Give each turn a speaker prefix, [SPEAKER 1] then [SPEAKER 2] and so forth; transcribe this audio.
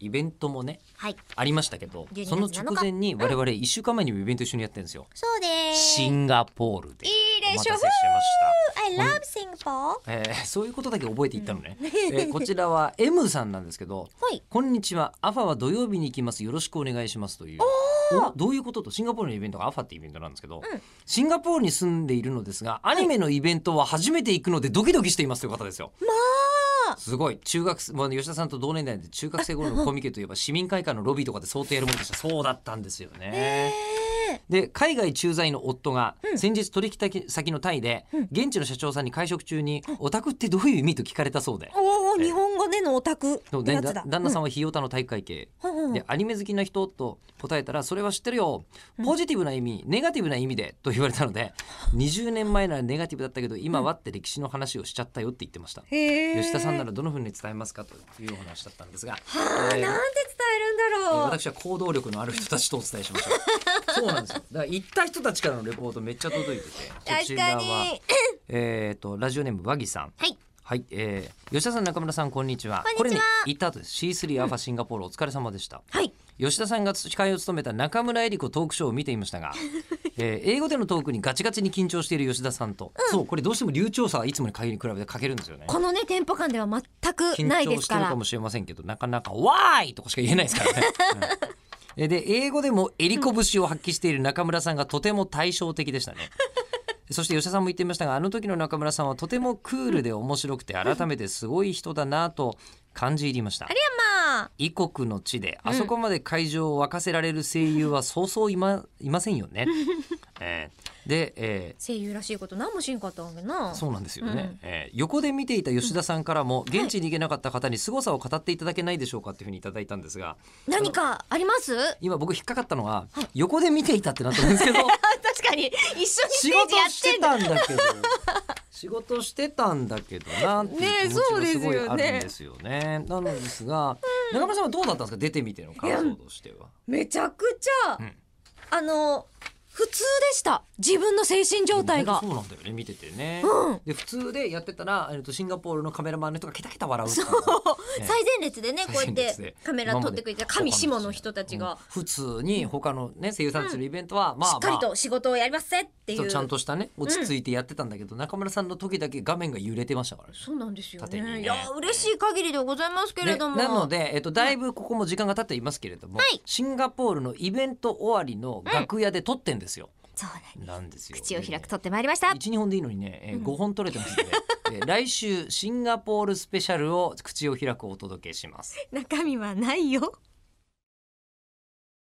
[SPEAKER 1] イベントもね
[SPEAKER 2] はい
[SPEAKER 1] ありましたけど
[SPEAKER 2] 12月
[SPEAKER 1] その直前に我々1週間前にもイベント一緒にやってるんですよ、
[SPEAKER 2] そうです
[SPEAKER 1] シンガポールで
[SPEAKER 2] いいでし
[SPEAKER 1] お待
[SPEAKER 2] ょ
[SPEAKER 1] たせしました。
[SPEAKER 2] I love Singapore
[SPEAKER 1] えーそういうことだけ覚えていったのね、えーこちらは M さんなんですけど
[SPEAKER 2] はい
[SPEAKER 1] 「こんにちはアファは土曜日に行きますよろしくお願いします」というおどういうこととシンガポールのイベントがアファってイベントなんですけど、
[SPEAKER 2] うん
[SPEAKER 1] シンガポールに住んでいるのですがアニメのイベントは初めて行くのでドキドキしていますという方ですよ。
[SPEAKER 2] まあ
[SPEAKER 1] すごい中学生、まあ、吉田さんと同年代で中学生頃のコミケといえ ば市民会館のロビーとかで相当やるものでしたそうだったんですよね。で海外駐在の夫が
[SPEAKER 2] うん
[SPEAKER 1] 先日取引先のタイで
[SPEAKER 2] うん
[SPEAKER 1] 現地の社長さんに会食中に「オタクってどういう意味?」と聞かれたそうで
[SPEAKER 2] おお
[SPEAKER 1] え
[SPEAKER 2] 日本語でのオタクって
[SPEAKER 1] でも
[SPEAKER 2] や
[SPEAKER 1] 旦
[SPEAKER 2] つだ
[SPEAKER 1] 旦那さん
[SPEAKER 2] は
[SPEAKER 1] は費用他の体育会系
[SPEAKER 2] うんうんうん
[SPEAKER 1] でアニメ好きな人と答えたら「それは知ってるよポジティブな意味ネガティブな意味で」と言われたので20年前ならネガティブだったけど今はって歴史の話をしちゃったよって言ってました。
[SPEAKER 2] へー
[SPEAKER 1] 吉田さんならどのふうに伝えますかというお話だったんですが、
[SPEAKER 2] はあなん
[SPEAKER 1] え
[SPEAKER 2] て
[SPEAKER 1] ー
[SPEAKER 2] 伝えるんだ
[SPEAKER 1] えー
[SPEAKER 2] ろう
[SPEAKER 1] 私は行動力のある人たちとお伝えしました そうなんですよだから行った人たちからのレポートめっちゃ届いててこち
[SPEAKER 2] 確
[SPEAKER 1] ら
[SPEAKER 2] か
[SPEAKER 1] は
[SPEAKER 2] に
[SPEAKER 1] えっ、とラジオネーム和木さん
[SPEAKER 2] はい
[SPEAKER 1] はい、えー、吉田さん中村さんこんにちは
[SPEAKER 2] こんにちは
[SPEAKER 1] これね行った後です C3 アファシンガポールお疲れ様でした、
[SPEAKER 2] はい
[SPEAKER 1] 吉田さんが司会を務めた中村江里子トークショーを見ていました が、えー英語でのトークにガチガチに緊張している吉田さんと、そうこれどうしても流暢さはいつもに限り比べて欠けるんですよね
[SPEAKER 2] このねテンポ感では全く
[SPEAKER 1] 緊
[SPEAKER 2] ないで
[SPEAKER 1] 張
[SPEAKER 2] す
[SPEAKER 1] して
[SPEAKER 2] か
[SPEAKER 1] る
[SPEAKER 2] ら
[SPEAKER 1] かもしれませんけどなかなか「わーい!」とかしか言えないです からね。うんで英語でも襟拳を発揮している中村さんがとても対照的で したね。そして吉田さんも言っていましたがあの時の中村さんはとてもクールで面白くて改めてすごい人だなと感じ入りました
[SPEAKER 2] あ。りゃまあ
[SPEAKER 1] 異国の地であそこまで会場を沸かせられる声優はそうそういまいませんよ ね。えーで、えー
[SPEAKER 2] 声優らしいこと何もしんかったわけな
[SPEAKER 1] そうなんですよね、
[SPEAKER 2] うん
[SPEAKER 1] えー横で見ていた吉田さんからも現地に行けなかった方に凄さを語っていただけないでしょうかっていうふうにいただいたんですが
[SPEAKER 2] 何かあります
[SPEAKER 1] 今僕引っかかったのは横で 見ていたってなったんですけど
[SPEAKER 2] 確かに一緒にス
[SPEAKER 1] 仕
[SPEAKER 2] テージ
[SPEAKER 1] 事
[SPEAKER 2] やっ
[SPEAKER 1] して
[SPEAKER 2] てんだ
[SPEAKER 1] たんだけど仕事してたんだけどなっていう気持ちがすごいあるんですよね。なのですが、中村さんはどうだったんですか出てみての感想としては。
[SPEAKER 2] めちゃくちゃ、
[SPEAKER 1] うん
[SPEAKER 2] あの普通でした自分の精神状態が
[SPEAKER 1] そうなんだよね見ててね。
[SPEAKER 2] うん
[SPEAKER 1] で普通でやってたら、えっとシンガポールのカメラマンの人がケタケタ笑うっていう。ね
[SPEAKER 2] 最前列でねこうやっ
[SPEAKER 1] 最前列
[SPEAKER 2] て
[SPEAKER 1] で
[SPEAKER 2] カメラ撮ってくれて
[SPEAKER 1] 今まで
[SPEAKER 2] 神下の人たちが、
[SPEAKER 1] うん普通に他のね声優さんたちのイベントは、まあ
[SPEAKER 2] しっかり
[SPEAKER 1] まあ
[SPEAKER 2] と仕事をやりますぜってい
[SPEAKER 1] そううちゃんとしたね落ち着いてやってたんだけど、中村さんの時だけ画面が揺れてましたからね
[SPEAKER 2] そうなんですよ
[SPEAKER 1] 縦
[SPEAKER 2] ね
[SPEAKER 1] にね
[SPEAKER 2] いや嬉しい限りでございますけれ
[SPEAKER 1] ね
[SPEAKER 2] ども、
[SPEAKER 1] なので、えっと、だいぶここも時間が経っていますけれども、
[SPEAKER 2] はい
[SPEAKER 1] シンガポールのイベント終わりの楽屋で撮ってんですよ。
[SPEAKER 2] そうなん
[SPEAKER 1] なんですよ。
[SPEAKER 2] 口を開く
[SPEAKER 1] と
[SPEAKER 2] 撮ってまいりました
[SPEAKER 1] 一二本でいいのにね、えー、5本撮れてますんで、えー来週シンガポールスペシャルを口を開くお届けします。
[SPEAKER 2] 中身はないよ